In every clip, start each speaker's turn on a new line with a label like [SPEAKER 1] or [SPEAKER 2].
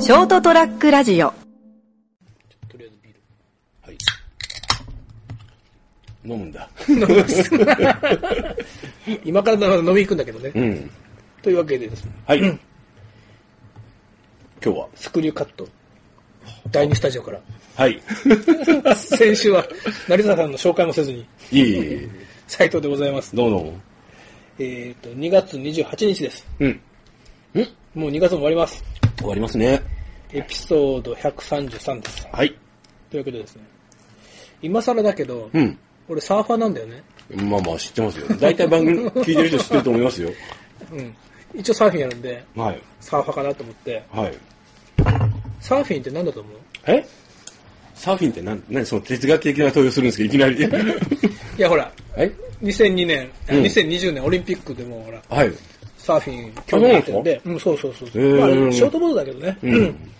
[SPEAKER 1] ショートトラックラジオ
[SPEAKER 2] とりあえずビール。
[SPEAKER 3] はい。飲むんだ。
[SPEAKER 2] 今からだから飲み行くんだけどね。
[SPEAKER 3] うん。
[SPEAKER 2] というわけでですね、
[SPEAKER 3] はい。今日は。
[SPEAKER 2] スクリューカット。第2スタジオから。
[SPEAKER 3] はい。
[SPEAKER 2] 先週は、成田さんの紹介もせずに、
[SPEAKER 3] いい。
[SPEAKER 2] 斉藤でございます。
[SPEAKER 3] どうも。
[SPEAKER 2] えっ、と、2月28日です。
[SPEAKER 3] うん。
[SPEAKER 2] もう2月も終わります。
[SPEAKER 3] 終わりますね。
[SPEAKER 2] エピソード133です。
[SPEAKER 3] はい。
[SPEAKER 2] というわけでですね、今更だけど、
[SPEAKER 3] うん。
[SPEAKER 2] 俺サーファーなんだよね。
[SPEAKER 3] まあまあ知ってますよ。大体番組聞いてる人知ってると思いますよ。
[SPEAKER 2] うん。一応サーフィンやるんで、
[SPEAKER 3] はい。
[SPEAKER 2] サーファーかなと思って、
[SPEAKER 3] はい。
[SPEAKER 2] サーフィンって何だと思う
[SPEAKER 3] えサーフィンって何、何その哲学的な問いをするんですけど、いきなり。
[SPEAKER 2] いや、ほら、
[SPEAKER 3] え
[SPEAKER 2] 2002年、あ
[SPEAKER 3] うん
[SPEAKER 2] 2020年オリンピックでもほら、
[SPEAKER 3] はい。
[SPEAKER 2] サーフィン興味持ってるんで、うん、そうそうそうそう、
[SPEAKER 3] へー
[SPEAKER 2] まあ、ショートボードだけどね。
[SPEAKER 3] うん
[SPEAKER 2] うん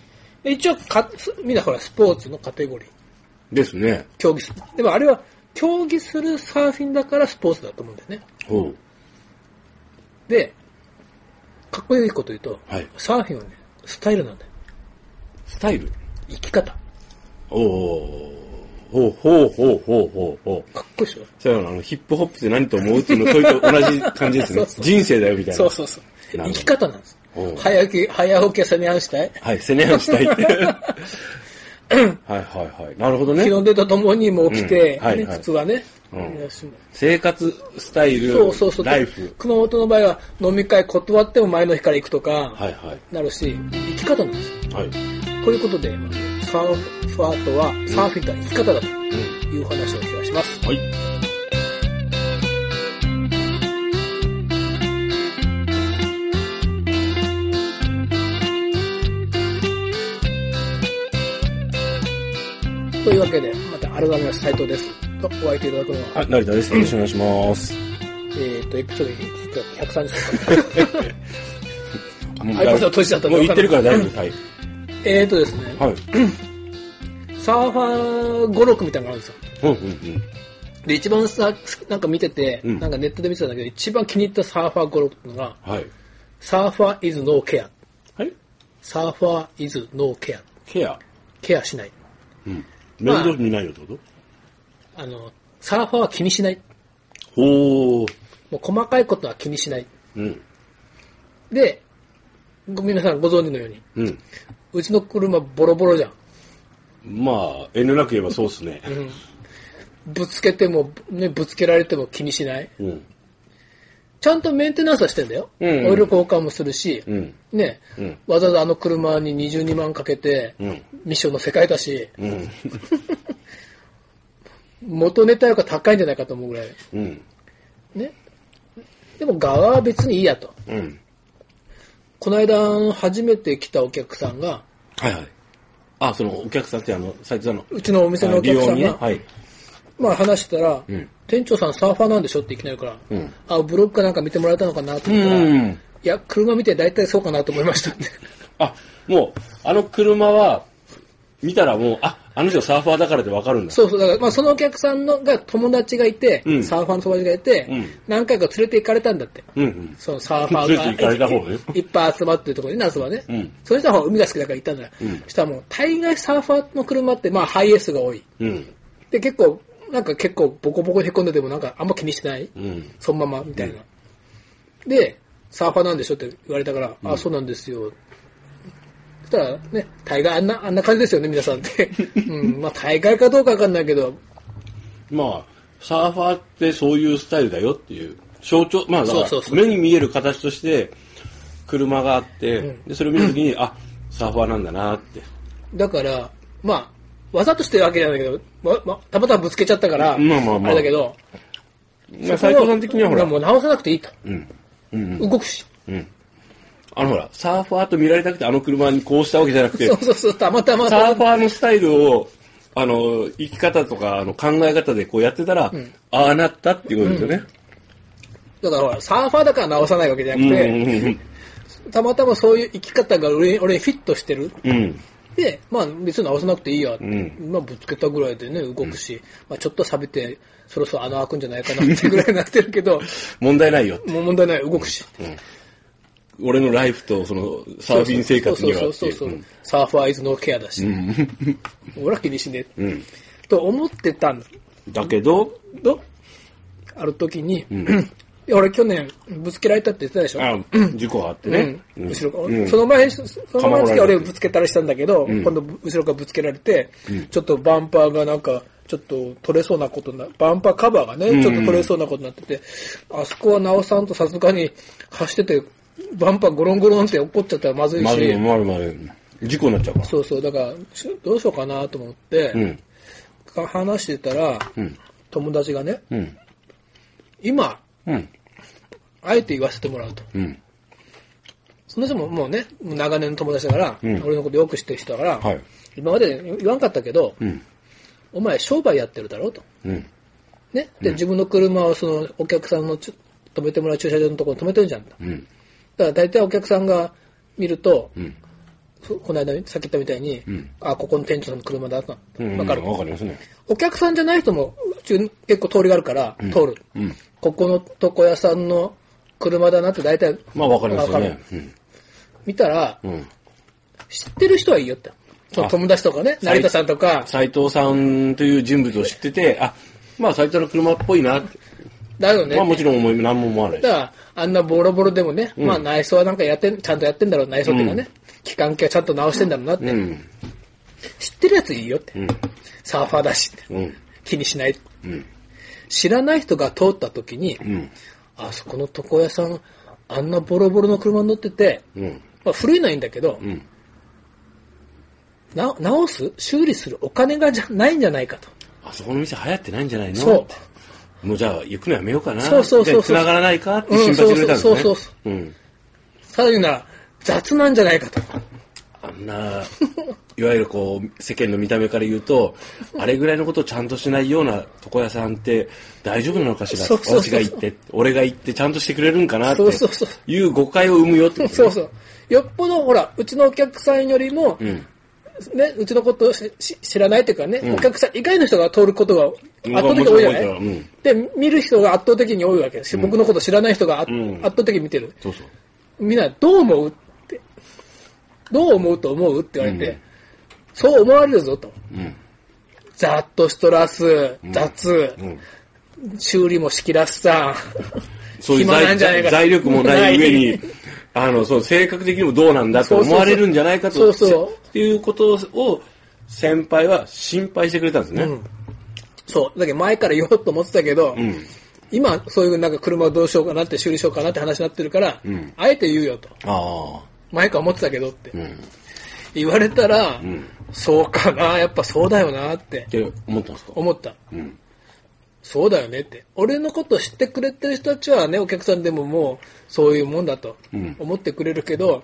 [SPEAKER 2] で一応か、みんなほら、スポーツのカテゴリー、
[SPEAKER 3] ですね。
[SPEAKER 2] 競技する。でもあれは、競技するサーフィンだからスポーツだと思うんだよね。
[SPEAKER 3] ほう。
[SPEAKER 2] で、かっこいいこと言うと、
[SPEAKER 3] はい
[SPEAKER 2] サーフィンはね、スタイルなんだよ。
[SPEAKER 3] スタイル
[SPEAKER 2] 生き方。か
[SPEAKER 3] おおほうほうほうほうほうほう。
[SPEAKER 2] っこいいでしょ。
[SPEAKER 3] そうやな、あの、ヒップホップって何と思うっていうの、それと同じ感じです
[SPEAKER 2] そ
[SPEAKER 3] ね
[SPEAKER 2] う。そう
[SPEAKER 3] 人生だよ、みたいな。
[SPEAKER 2] そうそうそう。
[SPEAKER 3] なる
[SPEAKER 2] 生
[SPEAKER 3] ほど
[SPEAKER 2] き方なんです
[SPEAKER 3] おう。
[SPEAKER 2] 早起き、早起きは攻め合うしたい。
[SPEAKER 3] はい、せね合いしたい って。はいはいはい。なるほどね
[SPEAKER 2] 日。の出とともにもう起きて、
[SPEAKER 3] うんはいはい
[SPEAKER 2] ね普通はね、
[SPEAKER 3] うん
[SPEAKER 2] よし
[SPEAKER 3] 生活、スタイル、
[SPEAKER 2] そうそうそう。
[SPEAKER 3] ライフ。
[SPEAKER 2] 熊本の場合は飲み会断っても前の日から行くとか、
[SPEAKER 3] はいはい。
[SPEAKER 2] なるし、生き方なんですよ。
[SPEAKER 3] はい。
[SPEAKER 2] ということで、サーファーとは、サーフィンとは生き方だというお話を今日はします。
[SPEAKER 3] はい。
[SPEAKER 2] というわけで、また改めまして斉藤です。とお相手いただくのは、
[SPEAKER 3] はい、成田です。よろしくお願いします。
[SPEAKER 2] えっと、エピソード130回。
[SPEAKER 3] もう
[SPEAKER 2] iPad を閉じちゃったん
[SPEAKER 3] も
[SPEAKER 2] で
[SPEAKER 3] う言ってるから大丈夫です。はい。
[SPEAKER 2] えっとですね、
[SPEAKER 3] はい。
[SPEAKER 2] サーファー語録みたいなのがある
[SPEAKER 3] う
[SPEAKER 2] んですよ。
[SPEAKER 3] んうん
[SPEAKER 2] で、一番さ、なんか見てて、
[SPEAKER 3] うん
[SPEAKER 2] なんかネットで見てたんだけど、一番気に入ったサーファー語録っていうのが、
[SPEAKER 3] うん。はい。
[SPEAKER 2] サーファー is no care。
[SPEAKER 3] はい
[SPEAKER 2] サーファー is no care。
[SPEAKER 3] ケア。
[SPEAKER 2] ケアしない。
[SPEAKER 3] うん。面
[SPEAKER 2] まあ
[SPEAKER 3] 倒見ないよってこと
[SPEAKER 2] あの、サーファーは気にしない。
[SPEAKER 3] ほー。
[SPEAKER 2] もう細かいことは気にしない。
[SPEAKER 3] うん。
[SPEAKER 2] で、ご皆さんご存知のように、
[SPEAKER 3] うん。
[SPEAKER 2] うちの車ボロボロじゃん。
[SPEAKER 3] まあ、遠慮なく言えばそうっすね。
[SPEAKER 2] ぶつけても、ね、ぶつけられても気にしない。
[SPEAKER 3] うん。
[SPEAKER 2] ちゃんとメンテナンスはしてんだよ。
[SPEAKER 3] うんうん
[SPEAKER 2] オイル交換もするし、
[SPEAKER 3] うん。
[SPEAKER 2] ね、
[SPEAKER 3] うん
[SPEAKER 2] わざわざあの車に22万かけて、
[SPEAKER 3] うん。
[SPEAKER 2] ミッションの世界だし、
[SPEAKER 3] うん。
[SPEAKER 2] 元ネタよりか高いんじゃないかと思うぐらい。
[SPEAKER 3] うん。
[SPEAKER 2] ね。でも側は別にいいやと。
[SPEAKER 3] うん。
[SPEAKER 2] この間、あの初めて来たお客さんが、
[SPEAKER 3] はいはい。あ、そのお客さんってあの、斉藤さんの。
[SPEAKER 2] うちのお店のお客さ
[SPEAKER 3] あ
[SPEAKER 2] ん
[SPEAKER 3] 利
[SPEAKER 2] が、
[SPEAKER 3] 用にねはい。
[SPEAKER 2] まあ話したら、
[SPEAKER 3] ん
[SPEAKER 2] 店長さんサーファーなんでしょっていきなりから、
[SPEAKER 3] うん
[SPEAKER 2] あ、ブロックかなんか見てもらえたのかなと思ったら、
[SPEAKER 3] うん
[SPEAKER 2] いや、車見て大体そうかなと思いましたって。
[SPEAKER 3] あ、もう、あの車は、見たらもう、あ、あの人サーファーだからでわかるんだ。
[SPEAKER 2] そうそう、だから、まあそのお客さんのが友達がいて、
[SPEAKER 3] うん
[SPEAKER 2] サーファーの友達がいて、
[SPEAKER 3] うん
[SPEAKER 2] 何回か連れて行かれたんだって。
[SPEAKER 3] うんうん。
[SPEAKER 2] そのサーファーが
[SPEAKER 3] 連れて行かれた方ね
[SPEAKER 2] いいっぱい集まってるところに夏はね、
[SPEAKER 3] うん
[SPEAKER 2] その人は海が好きだから行ったんだよ、
[SPEAKER 3] うん
[SPEAKER 2] そしたらもう大概サーファーの車ってまあハイエースが多い
[SPEAKER 3] うん。
[SPEAKER 2] で結構なんか結構ボコボコへこんでてもなんかあんま気にしてない、
[SPEAKER 3] うん。
[SPEAKER 2] そのままみたいな、でサーファーなんでしょって言われたから、あそうなんですよそしたらね大概あんなあんな感じですよね皆さんって うんまあ大概かどうかわかんないけど
[SPEAKER 3] まあ、サーファーってそういうスタイルだよっていう、象徴、まあ、だか
[SPEAKER 2] そう
[SPEAKER 3] ら
[SPEAKER 2] そうそう
[SPEAKER 3] 目に見える形として、車があって、で、それを見るときに、あ、サーファーなんだなって。
[SPEAKER 2] だから、まあ、わざとしてるわけじゃないけど、まま、たまたまぶつけちゃったから、
[SPEAKER 3] まあまあまあ
[SPEAKER 2] れだけど、
[SPEAKER 3] まあ、斉藤さん的にはほら、
[SPEAKER 2] もう直さなくていいと。
[SPEAKER 3] ん
[SPEAKER 2] 動くし。
[SPEAKER 3] あのほら、サーファーと見られたくてあの車にこうしたわけじゃなくて
[SPEAKER 2] そ、うそうそう、たまたま。
[SPEAKER 3] サーファーのスタイルを、あの、生き方とか、あの、考え方でこうやってたら、ああなったっていうことですよね。
[SPEAKER 2] だからほら、サーファーだから直さないわけじゃ
[SPEAKER 3] う
[SPEAKER 2] なんく
[SPEAKER 3] う
[SPEAKER 2] て、
[SPEAKER 3] ん
[SPEAKER 2] たまたまそういう生き方が俺に俺にフィットしてる。
[SPEAKER 3] うん。うん。
[SPEAKER 2] で、まあ別に直さなくていいや。
[SPEAKER 3] ん
[SPEAKER 2] まあぶつけたぐらいでね、動くし、まあちょっと錆びて、そろそろ穴開くんじゃないかなってぐらいになってるけど、
[SPEAKER 3] 問題ないよって。
[SPEAKER 2] もう問題ない、動くし。
[SPEAKER 3] 俺のライフとそのサーフィン生活には
[SPEAKER 2] そう
[SPEAKER 3] って
[SPEAKER 2] そ
[SPEAKER 3] いうう
[SPEAKER 2] そうそうそう
[SPEAKER 3] う
[SPEAKER 2] サーファーイズノーケアだし、俺は気にしねえ、と思ってたんだ
[SPEAKER 3] んだけど、
[SPEAKER 2] けどある時に、いや俺去年ぶつけられたって言ってたでしょ
[SPEAKER 3] あ事故があってね
[SPEAKER 2] ね。後ろから、
[SPEAKER 3] うん
[SPEAKER 2] その前に、そその前の
[SPEAKER 3] かま
[SPEAKER 2] 月
[SPEAKER 3] ら
[SPEAKER 2] は
[SPEAKER 3] れ
[SPEAKER 2] 俺
[SPEAKER 3] て
[SPEAKER 2] ぶつけたりしたんだけど、今度後ろからぶつけられて、ちょっとバンパーがなんか、ちょっと取れそうなことな、バンパーカバーがね、ちょっと取れそうなことになってて、あそこはなおさんとさすがに走ってて、バンパーゴロンゴロンって怒っちゃったらまずい
[SPEAKER 3] まずい、
[SPEAKER 2] し、
[SPEAKER 3] まるまる。事故になっちゃうから。
[SPEAKER 2] そうそう、だから、しどうしようかなと思って、
[SPEAKER 3] うん。
[SPEAKER 2] 話してたら、友達がね、
[SPEAKER 3] うん。
[SPEAKER 2] 今、
[SPEAKER 3] うん。
[SPEAKER 2] あえて言わせてもらうと。
[SPEAKER 3] うん。
[SPEAKER 2] その人ももうね、長年の友達だから、
[SPEAKER 3] ん
[SPEAKER 2] 俺のことよく知ってる人だから、
[SPEAKER 3] はい
[SPEAKER 2] 今まで言わんかったけど、
[SPEAKER 3] うん。
[SPEAKER 2] お前商売やってるだろうと。
[SPEAKER 3] うん。
[SPEAKER 2] ね。で、自分の車をそのお客さんのちょ止めてもらう駐車場のところに止めてるじゃんと。
[SPEAKER 3] うん。
[SPEAKER 2] だから大体お客さんが見ると、
[SPEAKER 3] ん
[SPEAKER 2] そこの間さっき言ったみたいに、あ、ここの店長の車だと。わ、
[SPEAKER 3] うん。
[SPEAKER 2] かる、
[SPEAKER 3] わかりますね。
[SPEAKER 2] お客さんじゃない人もうち結構通りがあるから、通る、
[SPEAKER 3] うん
[SPEAKER 2] ここの床屋さんの車だなって大体、
[SPEAKER 3] まあわかりますよ
[SPEAKER 2] わ
[SPEAKER 3] ね
[SPEAKER 2] か。見たら、
[SPEAKER 3] うん。うん。
[SPEAKER 2] 知ってる人はいいよって。その
[SPEAKER 3] あ
[SPEAKER 2] 友達とかね、成田さんとか、
[SPEAKER 3] 斎藤さんという人物を知ってて、あ、まあ斎藤の車っぽいなって。
[SPEAKER 2] だよね。
[SPEAKER 3] まあもちろん思い、何も思わない
[SPEAKER 2] だから、あんなボロボロでもね、まあ内装はなんかやってん、ちゃんとやってんだろう、内装っていうかね、機関機はちゃんと直してんだろうなって、
[SPEAKER 3] うん。
[SPEAKER 2] 知ってるやついいよって、
[SPEAKER 3] うん。
[SPEAKER 2] サーファーだしって、
[SPEAKER 3] うん。
[SPEAKER 2] 気にしない。
[SPEAKER 3] うん。
[SPEAKER 2] 知らない人が通った時に、
[SPEAKER 3] うん。
[SPEAKER 2] あそこの床屋さん、あんなボロボロの車に乗ってて、
[SPEAKER 3] うん。
[SPEAKER 2] まあ、古いのはいいんだけど、
[SPEAKER 3] ん
[SPEAKER 2] な直す修理するお金がじゃないんじゃないかと。
[SPEAKER 3] あそこの店流行ってないんじゃないの
[SPEAKER 2] そう
[SPEAKER 3] う。もうじゃあ行くのやめようかな。
[SPEAKER 2] そうそうそうそう
[SPEAKER 3] で繋がらないかって心配してくれたんですね。。
[SPEAKER 2] うんそうそうそう
[SPEAKER 3] うん。
[SPEAKER 2] さらに言うなら、雑なんじゃないかと。
[SPEAKER 3] あんな、 いわゆるこう、世間の見た目から言うと、あれぐらいのことをちゃんとしないような床屋さんって大丈夫なのかしら
[SPEAKER 2] そうそうそ
[SPEAKER 3] 私
[SPEAKER 2] う
[SPEAKER 3] が行って、俺が行ってちゃんとしてくれるんかなって
[SPEAKER 2] そうそうそう
[SPEAKER 3] いう誤解を生むよってこと、ね、
[SPEAKER 2] そうそう。よっぽど、ほら、うちのお客さんよりも、
[SPEAKER 3] ん
[SPEAKER 2] ね、うちのことをしし知らないというかね、お客さん以外の人が通ることが
[SPEAKER 3] うん
[SPEAKER 2] 圧倒的に多いじゃない、
[SPEAKER 3] もちろん多い
[SPEAKER 2] で、見る人が圧倒的に多いわけです、僕のこと知らない人が圧,、
[SPEAKER 3] ん
[SPEAKER 2] 圧倒的に見てる。
[SPEAKER 3] そうそう。
[SPEAKER 2] みんな、どう思うって。どう思うと思うって言われて、そう思われるぞと。
[SPEAKER 3] ん
[SPEAKER 2] ざっとしとらす、雑、修理もしきらすさ、
[SPEAKER 3] そういう
[SPEAKER 2] 暇なん
[SPEAKER 3] 財
[SPEAKER 2] じゃない
[SPEAKER 3] 財
[SPEAKER 2] か
[SPEAKER 3] 財力もない上
[SPEAKER 2] な
[SPEAKER 3] に、あの、そう、性格的にもどうなんだと
[SPEAKER 2] そうそう
[SPEAKER 3] 思
[SPEAKER 2] そう
[SPEAKER 3] われるんじゃないかと、
[SPEAKER 2] そうそう
[SPEAKER 3] せっていうことを、先輩は心配してくれたんですね。
[SPEAKER 2] そう。だけど前から言おうと思ってたけど、今、そういうなんか車をどうしようかなって修理しようかなって話になってるから、あえて言うよと。
[SPEAKER 3] ああ。
[SPEAKER 2] 前から思ってたけどって。言われたら、そうかな、やっぱそうだよなって
[SPEAKER 3] って思ったんですか
[SPEAKER 2] 思った。そうだよねって。俺のこと知ってくれてる人たちはね、お客さんでももうそういうもんだと思ってくれるけど、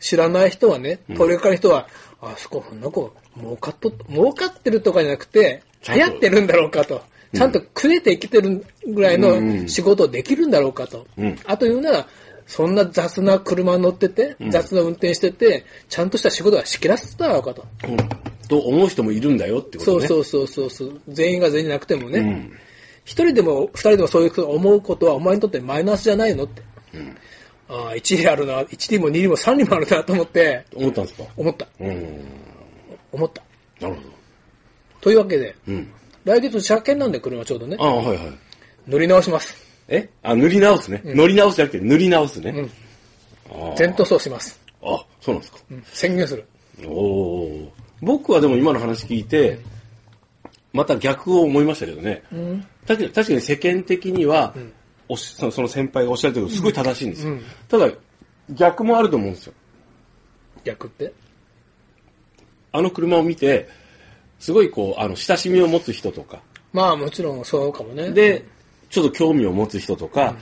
[SPEAKER 2] 知らない人はね、通りかかる人は、あそこ、そんな子、儲かっと、儲かってるとかじゃなくて、
[SPEAKER 3] ちゃん
[SPEAKER 2] 流
[SPEAKER 3] と
[SPEAKER 2] 行ってるんだろうかと。ちゃんと食えて生きてるぐらいの仕事できるんだろうかと。あと言うなら、そんな雑な車乗ってて、雑な運転してて、ちゃんとした仕事がしきらせてたのかと。
[SPEAKER 3] うんと思う人もいるんだよってこ
[SPEAKER 2] そ
[SPEAKER 3] と
[SPEAKER 2] う
[SPEAKER 3] ね。
[SPEAKER 2] そうそうそうそう。全員が全員じゃなくてもね。一、人でも二人でもそういうことを思うことはお前にとってマイナスじゃないのって。ああ、一理あるな、一理も二理も三理もあるなと思って、
[SPEAKER 3] 思ったんですか
[SPEAKER 2] 思った。
[SPEAKER 3] うん。
[SPEAKER 2] 思った。
[SPEAKER 3] なるほど。
[SPEAKER 2] というわけで、
[SPEAKER 3] うん。
[SPEAKER 2] 来月車検なんで車ちょうどね
[SPEAKER 3] あ、あ、はいはい。
[SPEAKER 2] 乗り直します。
[SPEAKER 3] えあ、塗り直すね。塗り直すじゃなくて塗り直すね。あ
[SPEAKER 2] 全塗装します。
[SPEAKER 3] ああ、そうなんですか。
[SPEAKER 2] 宣言する。
[SPEAKER 3] おお。僕はでも今の話聞いて、また逆を思いましたけどね。確かに確かに世間的には、おしそのその先輩がおっしゃることすごい正しいんですよ。ただ、逆もあると思うんですよ。
[SPEAKER 2] 逆って。
[SPEAKER 3] あの車を見て、すごいこう、あの、親しみを持つ人とか、
[SPEAKER 2] まあもちろんそうかもね。
[SPEAKER 3] で、ちょっと興味を持つ人とか、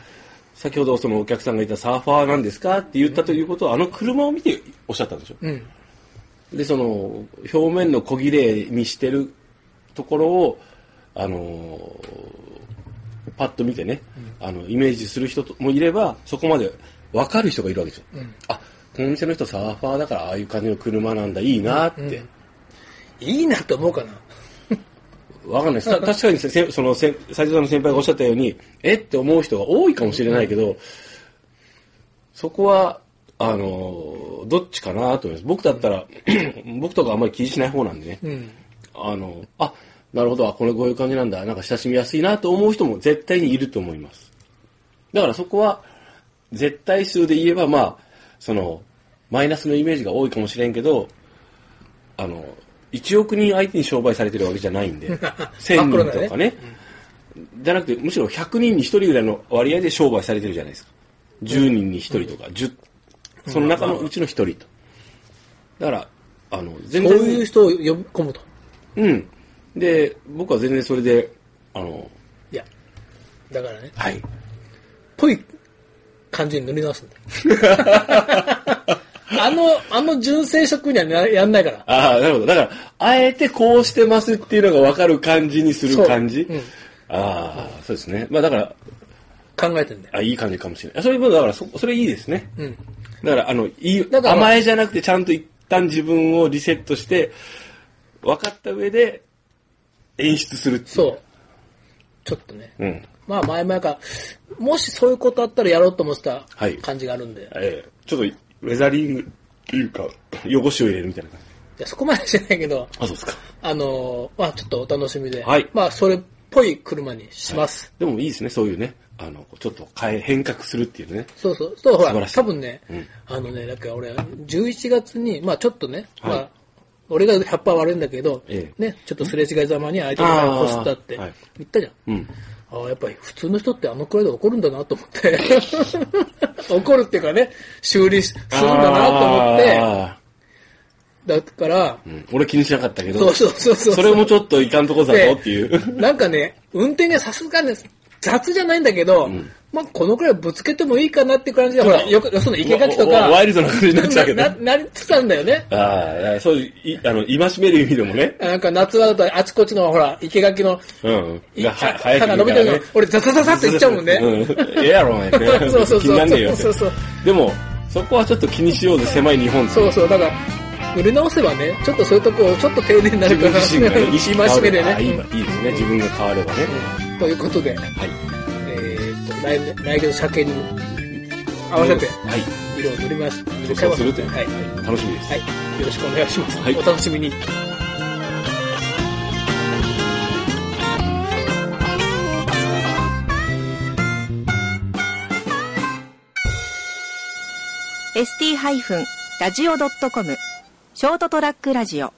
[SPEAKER 3] 先ほどそのお客さんがいたサーファーなんですかって言ったということを、あの車を見ておっしゃったんでしょ。
[SPEAKER 2] うん。
[SPEAKER 3] で、その、表面の小切れにしてるところを、あのーパッと見てね、あの、イメージする人もいれば、そこまで分かる人がいるわけですよ。あ、この店の人サーファーだから、ああいう感じの車なんだ、いいなって。
[SPEAKER 2] いいなと思うかな。
[SPEAKER 3] わかんないです。た確かにせせそのせ斉藤さんの先輩がおっしゃったように、えって思う人が多いかもしれないけど、そこはあの、どっちかなと思います。僕だったら、 僕とかあんまり気にしない方なんでね。あの、あ、なるほど、あこれこういう感じなんだ、なんか親しみやすいなと思う人も絶対にいると思います。だからそこは、絶対数で言えば、まあ、その、マイナスのイメージが多いかもしれんけど、あの、1億人相手に商売されてるわけじゃないん で、
[SPEAKER 2] 真っ黒
[SPEAKER 3] 1000
[SPEAKER 2] だね
[SPEAKER 3] 人とかね、じゃなくて、むしろ100人に1人ぐらいの割合で商売されてるじゃないですか。10人に1人とか、10、その中のうちの1人と。だから、あの、全
[SPEAKER 2] こういう人を呼び込むと。
[SPEAKER 3] うん。で、僕は全然それで、あの、
[SPEAKER 2] いや。だからね、
[SPEAKER 3] はい。
[SPEAKER 2] ぽい感じに塗り直すんだよ。 あの、あの純正色にはなやんないから。
[SPEAKER 3] ああ、なるほど。だから、あえてこうしてますっていうのが分かる感じにする感じ。
[SPEAKER 2] そううん
[SPEAKER 3] ああ、そうですね。まあだから、
[SPEAKER 2] 考えてんだよ。
[SPEAKER 3] あいい感じかもしれないあ。それも、だからそ、それいいですね。
[SPEAKER 2] うん。
[SPEAKER 3] だから、あの、いい、
[SPEAKER 2] だから
[SPEAKER 3] 甘えじゃなくて、ちゃんと一旦自分をリセットして、分かった上で、演出するっていう。
[SPEAKER 2] そう。ちょっとね。
[SPEAKER 3] うん。
[SPEAKER 2] まあ前々から、もしそういうことあったらやろうと思ってた
[SPEAKER 3] はい
[SPEAKER 2] 感じがあるんで、い、
[SPEAKER 3] ええちょっと、ウェザリングっていうか、汚しを入れるみたいな感じ。
[SPEAKER 2] やそこまでしてないけど、
[SPEAKER 3] あ、そうですか。
[SPEAKER 2] あのーまあちょっとお楽しみで、
[SPEAKER 3] はい
[SPEAKER 2] まあそれっぽい車にします。
[SPEAKER 3] でもいいですね、そういうね。あの、ちょっと変え、変革するっていうね。
[SPEAKER 2] そうそう。そう、ほ
[SPEAKER 3] 素晴
[SPEAKER 2] ら、
[SPEAKER 3] らしい
[SPEAKER 2] 多分ね、
[SPEAKER 3] うん
[SPEAKER 2] あのね、だから俺、11月に、まあちょっとね、
[SPEAKER 3] はい
[SPEAKER 2] まあ、俺が100%悪いんだけど、
[SPEAKER 3] え
[SPEAKER 2] ね、ちょっとすれ違いざまに相手がこすったって
[SPEAKER 3] あーはい
[SPEAKER 2] 言ったじゃん。
[SPEAKER 3] うん。
[SPEAKER 2] ああ、やっぱり普通の人ってあのくらいで怒るんだなと思って。 怒るっていうかね、修理するんだなと思って。
[SPEAKER 3] あ
[SPEAKER 2] だか
[SPEAKER 3] ー
[SPEAKER 2] ら、
[SPEAKER 3] うん俺気にしなかったけど。
[SPEAKER 2] そうそうそうそう。
[SPEAKER 3] それもちょっといかんとこだぞって いう。
[SPEAKER 2] なんかね、運転がさすがね、雑じゃないんだけど、まあこのくらいぶつけてもいいかなって感じで、ほら、よく、よその生け垣と
[SPEAKER 3] わわ
[SPEAKER 2] か、
[SPEAKER 3] ワイルドな感じになっちゃうけど。
[SPEAKER 2] な
[SPEAKER 3] あ
[SPEAKER 2] なりつつあるんだよね。
[SPEAKER 3] あ、そういう、いあの、戒める意味でもね。
[SPEAKER 2] なんか夏場だとあちこちのほら、生垣の、
[SPEAKER 3] うん。
[SPEAKER 2] い
[SPEAKER 3] が、は、早く
[SPEAKER 2] 歯が伸びてるの、俺ザザザザっていっちゃうもんね。
[SPEAKER 3] うん。ええやろ、お 前。
[SPEAKER 2] そうそうそう
[SPEAKER 3] 気になんねえよって
[SPEAKER 2] そうそうそう
[SPEAKER 3] でも、そこはちょっと気にしようぜ、狭い日本って
[SPEAKER 2] そうそう、だから、塗り直せばね、ちょっとそういうとこをちょっと丁寧にな
[SPEAKER 3] 自
[SPEAKER 2] るか
[SPEAKER 3] 分
[SPEAKER 2] ら、
[SPEAKER 3] 自身が ね、意識が
[SPEAKER 2] 今
[SPEAKER 3] 変わ
[SPEAKER 2] しめ
[SPEAKER 3] れ
[SPEAKER 2] で
[SPEAKER 3] ばあいい
[SPEAKER 2] ね
[SPEAKER 3] わ。いいですね、自分が変わればね。
[SPEAKER 2] うんということで、
[SPEAKER 3] はい。
[SPEAKER 2] えーと、来年、来月の車検に合わせて、
[SPEAKER 3] はい。
[SPEAKER 2] 色を塗ります。塗
[SPEAKER 3] 女
[SPEAKER 2] り替
[SPEAKER 3] 装
[SPEAKER 2] えます
[SPEAKER 3] るという、
[SPEAKER 2] はい。は
[SPEAKER 3] 楽しみです。
[SPEAKER 2] い。よろしくお願いします。
[SPEAKER 3] はい
[SPEAKER 2] お楽しみに。
[SPEAKER 1] ST-radio.com ショートトラックラジオ